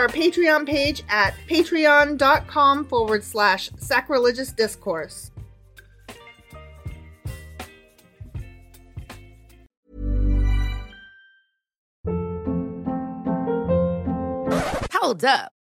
our Patreon page at patreon.com forward slash sacrilegious discourse. Hold up.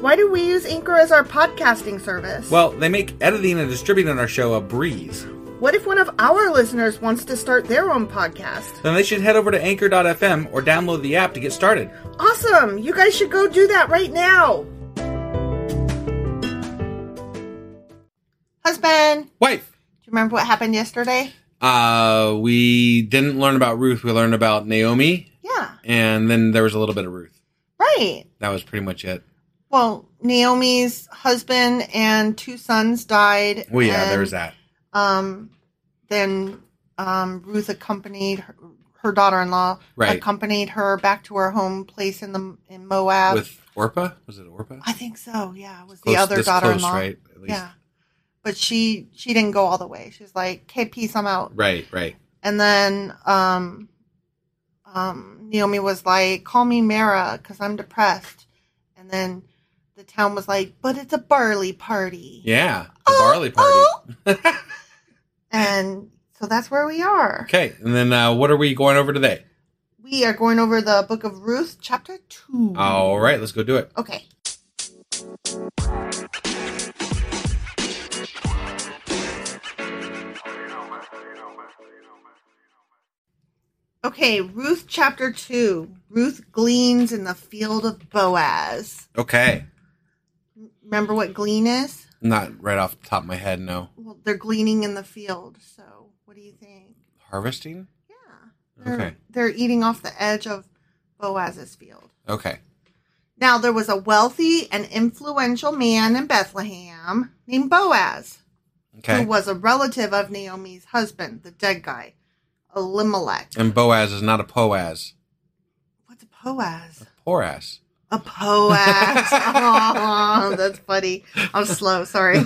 Why do we use Anchor as our podcasting service? Well, they make editing and distributing our show a breeze. what if one of our listeners wants to start their own podcast? Then they should head over to anchor.fm or download the app to get started. Awesome! You guys should go do that right now! Husband! Wife, Do you remember what happened yesterday? uh, we didn't learn about Ruth, we learned about Naomi, Yeah, and then there was a little bit of Ruth. right. That was pretty much it. Well, Naomi's husband and two sons died. Well, yeah, and, there was that. Um, then um, Ruth accompanied her, her daughter-in-law. Right. Accompanied her back to her home place in the in Moab. With Orpa? Was it Orpa? I think so. Yeah, it was Close- the other this close, daughter-in-law. right, at least. Yeah, but she she didn't go all the way. She's like, "Okay, peace, I'm out." Right, right. And then um, um, Naomi was like, "Call me Mara because I'm depressed." And then the town was like, "But it's a barley party." Yeah, the Oh, barley party. And so that's where we are. Okay, and then uh, what are we going over today? We are going over the book of Ruth, chapter 2. All right, let's go do it. Okay. Okay, Ruth chapter 2. Ruth gleans in the field of Boaz. Okay. Remember what glean is? Not right off the top of my head, no. Well, they're gleaning in the field. So, what do you think? Harvesting? Yeah. They're, Okay. They're eating off the edge of Boaz's field. Okay. Now, there was a wealthy and influential man in Bethlehem named Boaz, Okay. who was a relative of Naomi's husband, the dead guy, Elimelech. And Boaz is not a Poaz. What's a Boaz? Poras. A Boaz. oh, that's funny. I'm slow. Sorry.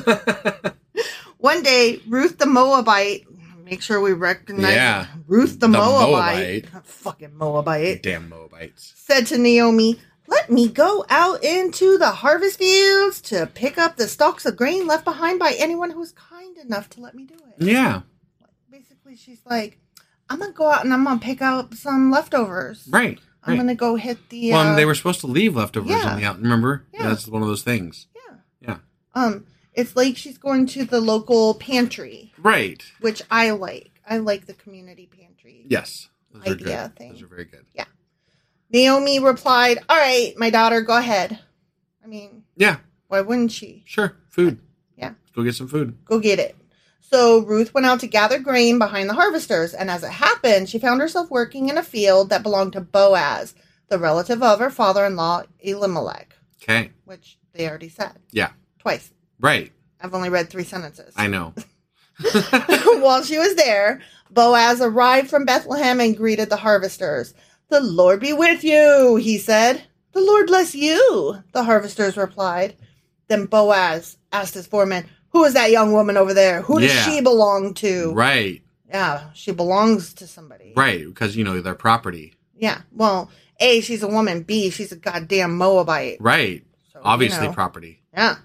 One day, Ruth the Moabite. Make sure we recognize Yeah. Ruth The the, Moabite. Moabite. Fucking Moabite. Damn Moabites. said to Naomi, Let me go out into the harvest fields to pick up the stalks of grain left behind by anyone who's kind enough to let me do it. Yeah. Basically, she's like, I'm going to go out and I'm going to pick up some leftovers. Right. I'm right. going to go hit the. Well, uh, and they were supposed to leave leftovers Yeah. on the out. Remember, Yeah. that's one of those things. Yeah. Yeah, Um, it's like she's going to the local pantry, right. which I like. I like the community pantry. Yes, those are Idea good. thing. Those are very good. Yeah. Naomi replied, All right, my daughter, go ahead. I mean, Yeah, why wouldn't she? sure. Food. Yeah. Let's go get some food. Go get it. So Ruth went out to gather grain behind the harvesters, and as it happened, she found herself working in a field that belonged to Boaz, the relative of her father in law, Elimelech, Okay. which they already said Yeah. twice. Right. I've only read three sentences. I know. While she was there, Boaz arrived from Bethlehem and greeted the harvesters. The Lord be with you, he said. The Lord bless you, the harvesters replied. Then Boaz asked his foreman, Who is that young woman over there? Who does Yeah. she belong to? Right. Yeah, she belongs to somebody. Right. Because you know their property. Yeah. Well, A, she's a woman. B, she's a goddamn Moabite. Right. So, you Obviously, know. property. Yeah.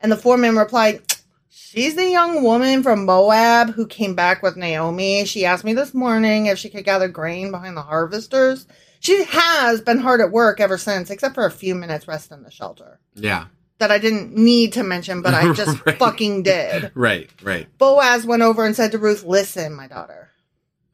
And the foreman replied, She's the young woman from Moab who came back with Naomi. She asked me this morning if she could gather grain behind the harvesters. She has been hard at work ever since, except for a few minutes rest in the shelter Yeah. that I didn't need to mention, but I just Right. fucking did. Right. Right. Boaz went over and said to Ruth, Listen, my daughter.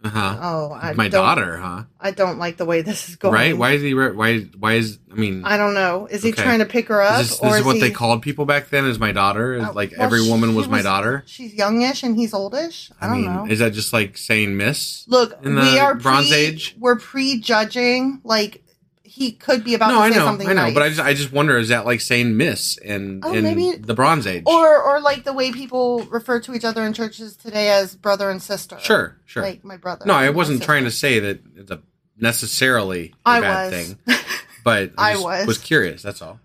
Uh huh. Oh, I My don't- daughter, huh? I don't like the way this is going. Right. Why is he? re- Why? Why is? I mean, I don't know. Is he Okay. trying to pick her up? is this, this is, is what they he- called people back then. Is my daughter? Is Oh, like well, every woman she was my daughter. She's youngish and he's oldish. I, I, don't mean, know. is that just like saying miss? Look, in the we are Bronze pre- Age? We're prejudging. Like he could be about no, to I say know, something. I know, nice. but I just, I just wonder, is that like saying miss in, Oh, in maybe- the Bronze Age? or or like the way people refer to each other in churches today as brother and sister. sure, sure. Like my brother. no, I and my wasn't sister. trying to say that it's a necessarily a I bad was. thing, but I just was. was curious. That's all.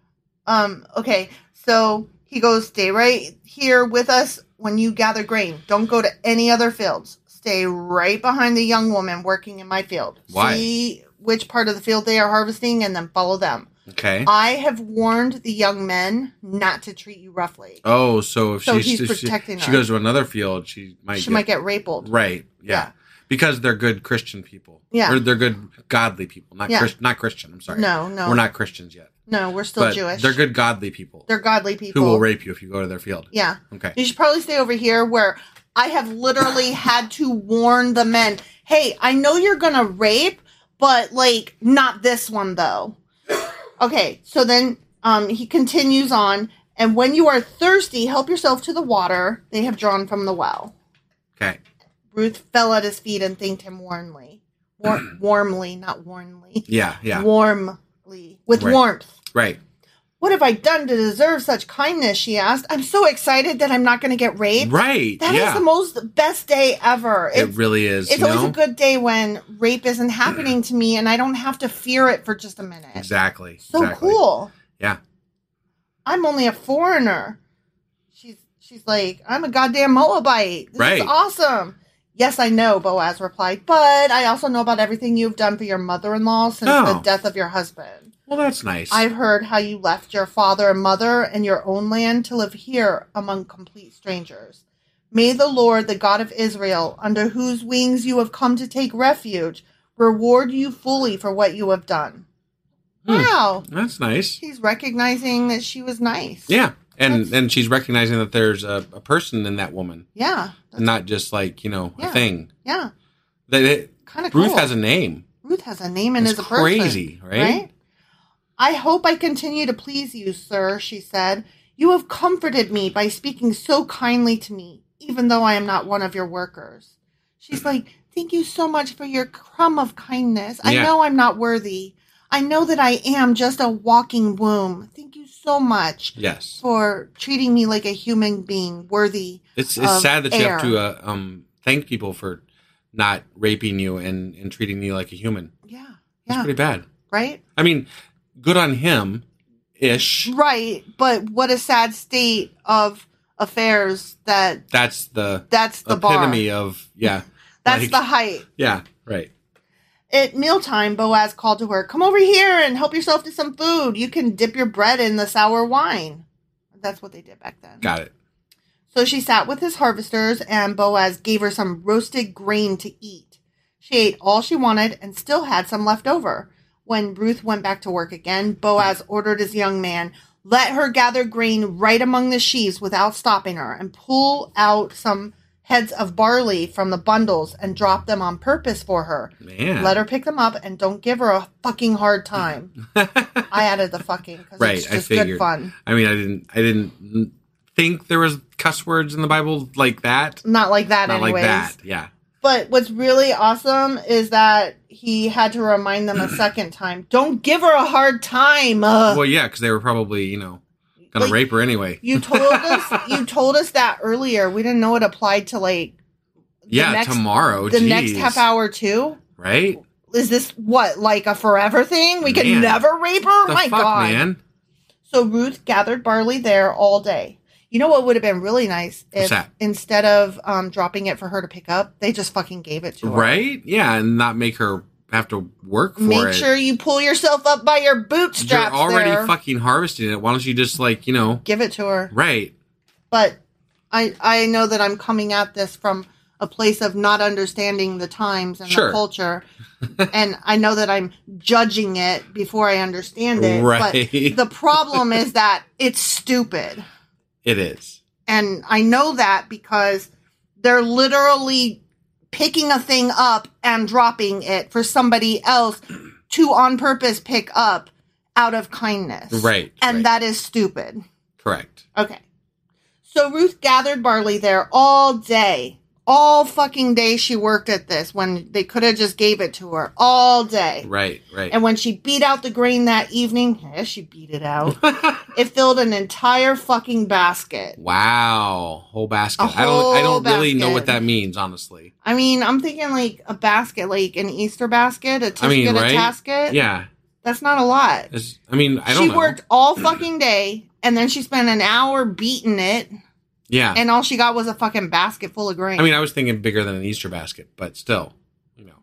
Um. Okay. So he goes, stay right here with us when you gather grain. Don't go to any other fields. Stay right behind the young woman working in my field. Why? See which part of the field they are harvesting, and then follow them. Okay. I have warned the young men not to treat you roughly. oh, so if So she's he's if she, protecting she her. goes to another field, she might she get, might get raped. right. Yeah. Yeah. because they're good Christian people. Yeah. or they're good godly people. Not Yeah. Christ, not Christian. I'm sorry. No, no. we're not Christians yet. No, we're still but Jewish. They're good godly people. They're godly people. Who will rape you if you go to their field? Yeah. Okay. You should probably stay over here where I have literally had to warn the men. Hey, I know you're gonna rape, but like not this one though. Okay. So then um, he continues on, and when you are thirsty, help yourself to the water they have drawn from the well. Okay. Ruth fell at his feet and thanked him warmly, War- warmly, not warmly, Yeah. Yeah. warmly with Right. warmth. right. What have I done to deserve such kindness? She asked. I'm so excited that I'm not going to get raped. Right. That is yeah. the most best day ever. it really is. It's you always know? a good day when rape isn't happening to me, and I don't have to fear it for just a minute. Exactly. So exactly. cool. Yeah. I'm only a foreigner. She's she's like, I'm a goddamn Moabite. This Right. is awesome. Yes, I know, Boaz replied, but I also know about everything you've done for your mother in law since the Oh. death of your husband. Well, that's nice. I've heard how you left your father and mother and your own land to live here among complete strangers. May the Lord, the God of Israel, under whose wings you have come to take refuge, reward you fully for what you have done. Hmm. Wow. That's nice. She's recognizing that she was nice. Yeah. And That's- and she's recognizing that there's a, a person in that woman, Yeah. That's- and not just like you know Yeah. a thing. yeah. That it, Kind of Ruth cool. has a name. Ruth has a name and It's is a person. crazy, right? I hope I continue to please you, sir, she said. You have comforted me by speaking so kindly to me, even though I am not one of your workers. She's like, Thank you so much for your crumb of kindness. I Yeah. know I'm not worthy. I know that I am just a walking womb. Thank you so much Yes. for treating me like a human being worthy. It's it's of sad that you have Um, air. to uh, um thank people for not raping you and and treating you like a human. Yeah. It's Yeah. pretty bad. right? I mean, good on him, ish. Right. But what a sad state of affairs that That's the that's the bar. epitome of yeah. That's like- the height. yeah right. At mealtime, Boaz called to her, Come over here and help yourself to some food. You can dip your bread in the sour wine. That's what they did back then. Got it. So she sat with his harvesters, and Boaz gave her some roasted grain to eat. She ate all she wanted and still had some left over. When Ruth went back to work again, Boaz ordered his young man, Let her gather grain right among the sheaves without stopping her, and pull out some heads of barley from the bundles and drop them on purpose for her. Man. Let her pick them up and don't give her a fucking hard time. I added the fucking because Right, it's I just figured. good fun. I mean, I didn't. I didn't think there was cuss words in the Bible like that. Not like that, Not anyways. like that. Yeah. But what's really awesome is that he had to remind them a second time. Don't give her a hard time. Uh, Well, yeah, because they were probably you know gonna Like- rape her anyway. you told us you told us that earlier. We didn't know it applied to like the yeah, next- tomorrow. the next jeez. half hour too. Right. Is this what like a forever thing? We can Man. never rape her. the Oh My fuck, God. man. So Ruth gathered barley there all day. You know what would have been really nice What's if that? instead of um, dropping it for her to pick up, they just fucking gave it to her. Right. Yeah, and not make her have to work for Make it. sure you pull yourself up by your You're bootstraps. already there. fucking harvesting it. Why don't you just like you know? give it to her. Right. But I I know that I'm coming at this from a place of not understanding the times and Sure. the culture. and I know that I'm judging it before I understand it. Right. But the problem is that it's stupid. It is. And I know that because they're literally picking a thing up and dropping it for somebody else to on purpose pick up out of kindness. Right, And right. that is stupid. Correct. Okay. So Ruth gathered barley there all day. All fucking day she worked at this when they could have just gave it to her all day. Right. Right. And when she beat out the grain that evening, yeah, she beat it out. it filled an entire fucking basket. Wow, whole basket. A I whole don't. I don't really know what basket. that means, honestly. I mean, I'm thinking like a basket, like an Easter basket, a tisket, I mean, right? a tasket. Yeah. That's not a lot. It's- I mean, I don't. she know. worked all fucking day and then she spent an hour beating it Yeah. and all she got was a fucking basket full of grain. I mean, I was thinking bigger than an Easter basket, but still, you know.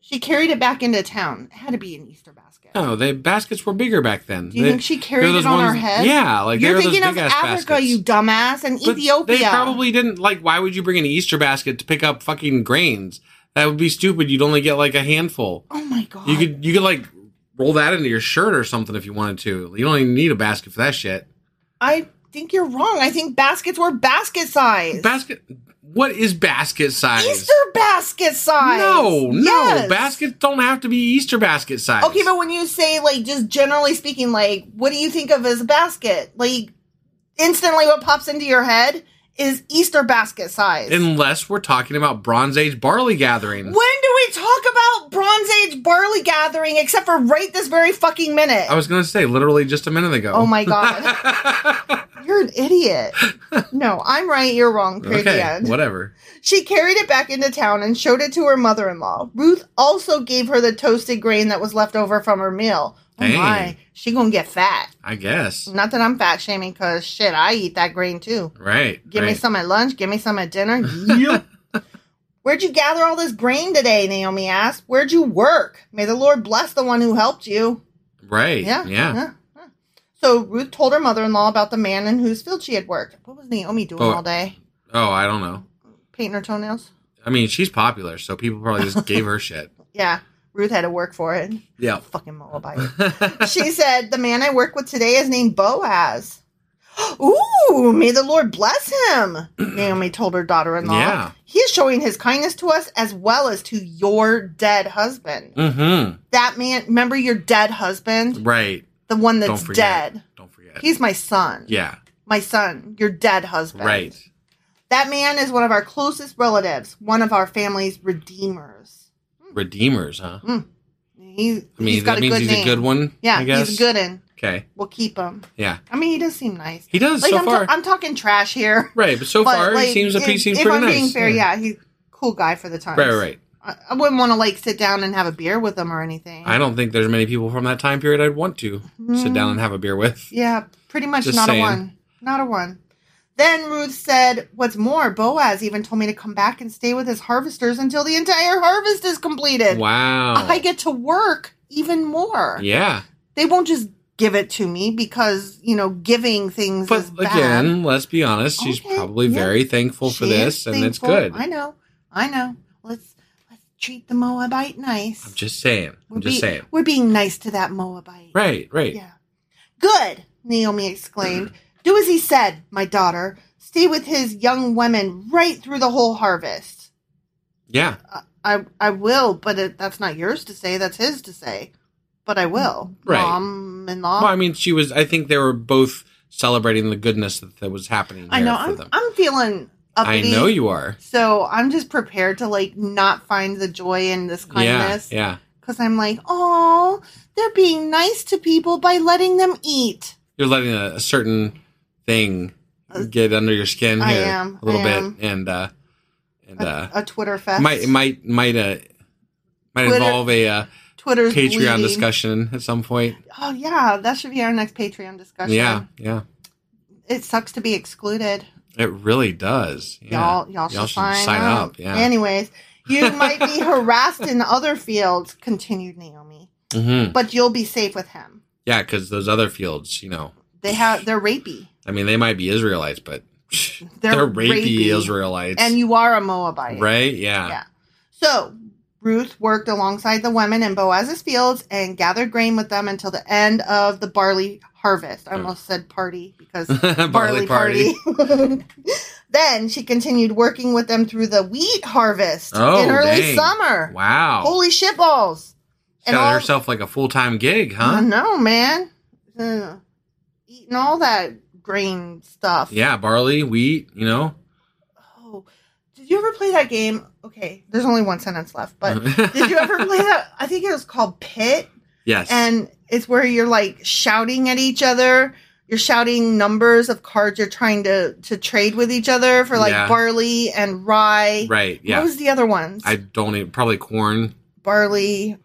She carried it back into town. It had to be an Easter basket. No, the baskets were bigger back then. Do you Oh, They- think she they're carried those it on her ones- head? Yeah, like you're they're those thinking of big-ass Africa, baskets. you dumbass, and But Ethiopia. They probably didn't like. Why would you bring an Easter basket to pick up fucking grains? That would be stupid. You'd only get like a handful. Oh my god! You could you could like roll that into your shirt or something if you wanted to. You don't even need a basket for that shit. I think you're wrong. I think baskets were basket size. Basket. What is basket size? Easter basket size. No, no. Yes. Baskets don't have to be Easter basket size. Okay, but when you say like just generally speaking, like what do you think of as a basket? Like instantly, what pops into your head is Easter basket size. unless we're talking about Bronze Age barley gathering. when do we talk about Bronze Age barley gathering except for right this very fucking minute? I was gonna say literally just a minute ago. Oh my god. You're an idiot. No, I'm right, you're wrong. Period. Okay, The end. whatever. She carried it back into town and showed it to her mother in law. Ruth also gave her the toasted grain that was left over from her meal. Oh Dang. my, she gonna get fat. I guess. Not that I'm fat shaming, cause shit, I eat that grain too. Right. Give me right. some at lunch, give me some at dinner. Yep. Where'd you gather all this grain today? Naomi asked. Where'd you work? May the Lord bless the one who helped you. Right. Yeah. Yeah. yeah, yeah. So Ruth told her mother in law about the man in whose field she had worked. What was Naomi doing Oh. all day? Oh, I don't know. Painting her toenails? I mean, she's popular, so people probably just gave her shit. Yeah. Ruth had to work for it. Yeah. Fucking Moabite. she said, The man I work with today is named Boaz. Ooh, may the Lord bless him, Naomi told her daughter in law. Yeah. He is showing his kindness to us as well as to your dead husband. Mm-hmm. That man, remember your dead husband? Right. The one Don't that's forget. dead. Don't forget. He's my son. yeah. My son, your dead husband. Right. Mm. That man is one of our closest relatives, one of our family's redeemers. Redeemers, huh? Mm. He, I mean, he's got that means a good he's name. a good one. Yeah, I guess. he's good and Okay. we'll keep him. Yeah. I mean, he does seem nice. He does Like so I'm, far. I'm talking trash here. right, but so But, far like, he seems a if- he seems if pretty I'm nice. being fair, yeah. he's cool guy for the time. Right, right, right. I, I wouldn't want to like sit down and have a beer with him or anything. I don't think there's many people from that time period I'd want to sit down and have a beer with. Yeah, pretty much Just not saying. a one. Not a one. Then Ruth said, What's more, Boaz even told me to come back and stay with his harvesters until the entire harvest is completed. Wow. I get to work even more. yeah. They won't just give it to me because, you know, giving things But is bad. again, let's be honest, she's Okay, probably yeah. very thankful for She this is and it's thankful. good. I know. I know. Let's let's treat the Moabite nice. I'm just saying. I'm just be- saying. We're being nice to that Moabite. Right, right. Yeah. Good, Naomi exclaimed. Do as he said, my daughter. Stay with his young women right through the whole harvest. Yeah. I I will, but it, that's not yours to say. That's his to say. But I will, Right. mom-in-law. Well, I mean, she was. I think they were both celebrating the goodness that, that was happening. Here I know. For I'm them. I'm feeling I upbeat. know you are. So I'm just prepared to like not find the joy in this kindness. Yeah, yeah. Because I'm like, oh, they're being nice to people by letting them eat. You're letting a, a certain thing get under your skin here Uh, I am, a little I bit, am. and uh, and uh, A Twitter fest. might might might uh, might Twitter- involve a uh, Twitter's Patreon bleeding. discussion at some point. Oh yeah, that should be our next Patreon discussion. Yeah, yeah. It sucks to be excluded. It really does. Yeah. Y'all y'all should, sign, up. Yeah. Anyways, you might be harassed in other fields, continued Naomi. mm-hmm. But you'll be safe with him. Yeah, because those other fields, you know, They have they're rapey. I mean, they might be Israelites, but they're, They're rapey, rapey. Israelites. And you are a Moabite. Right? Yeah. Yeah. So Ruth worked alongside the women in Boaz's fields and gathered grain with them until the end of the barley harvest. I almost said party because barley, Hmm. Barley party. then she continued working with them through the wheat harvest Oh, in early dang. summer. Wow. Holy shit balls. She And got all- herself like a full time gig, I huh? know, man. Uh, eating all that grain stuff. Yeah, barley, wheat, you know. Oh, did you ever play that game? Okay, there's only one sentence left, but did you ever play that? I think it was called Pit, Yes. and it's where you're like shouting at each other. You're shouting numbers of cards you're trying to to trade with each other for like Yeah. barley and rye. right. Yeah. What was the other ones? I don't even probably corn. barley,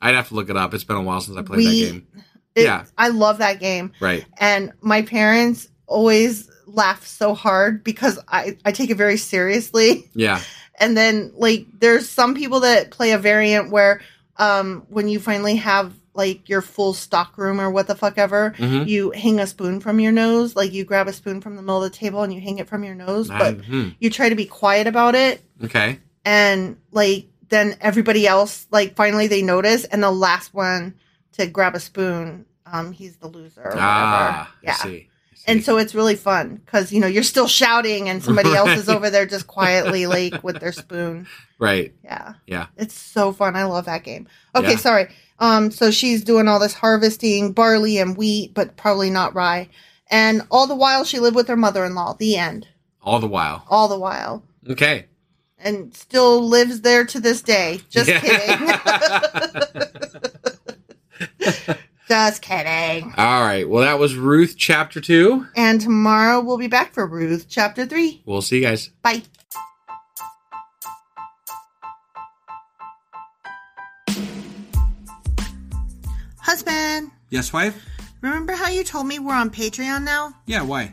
I'd have to look it up. It's been a while since I played wheat. that game. It- Yeah. I love that game. Right. and my parents always laugh so hard because I, I take it very seriously. Yeah. And then like there's some people that play a variant where um when you finally have like your full stock room or what the fuck ever, Mhm. you hang a spoon from your nose, like you grab a spoon from the middle of the table and you hang it from your nose, but hmm you try to be quiet about it Okay. and like then everybody else like finally they notice and the last one to grab a spoon um he's the loser or whatever. Ah, I yeah see. I see. and so it's really fun because you know you're still shouting and somebody else is over there just quietly like with their spoon right. yeah Yeah. it's so fun i love that game okay Yeah. sorry um so she's doing all this harvesting barley and wheat but probably not rye and all the while she lived with her mother-in-law the end All the while. all the while Okay. and still lives there to this day. Just kidding. Just kidding. All right. Well, that was Ruth chapter two. And tomorrow we'll be back for Ruth chapter 3. We'll see you guys. Bye. Husband, Yes, wife? remember how you told me we're on Patreon now? Yeah, why?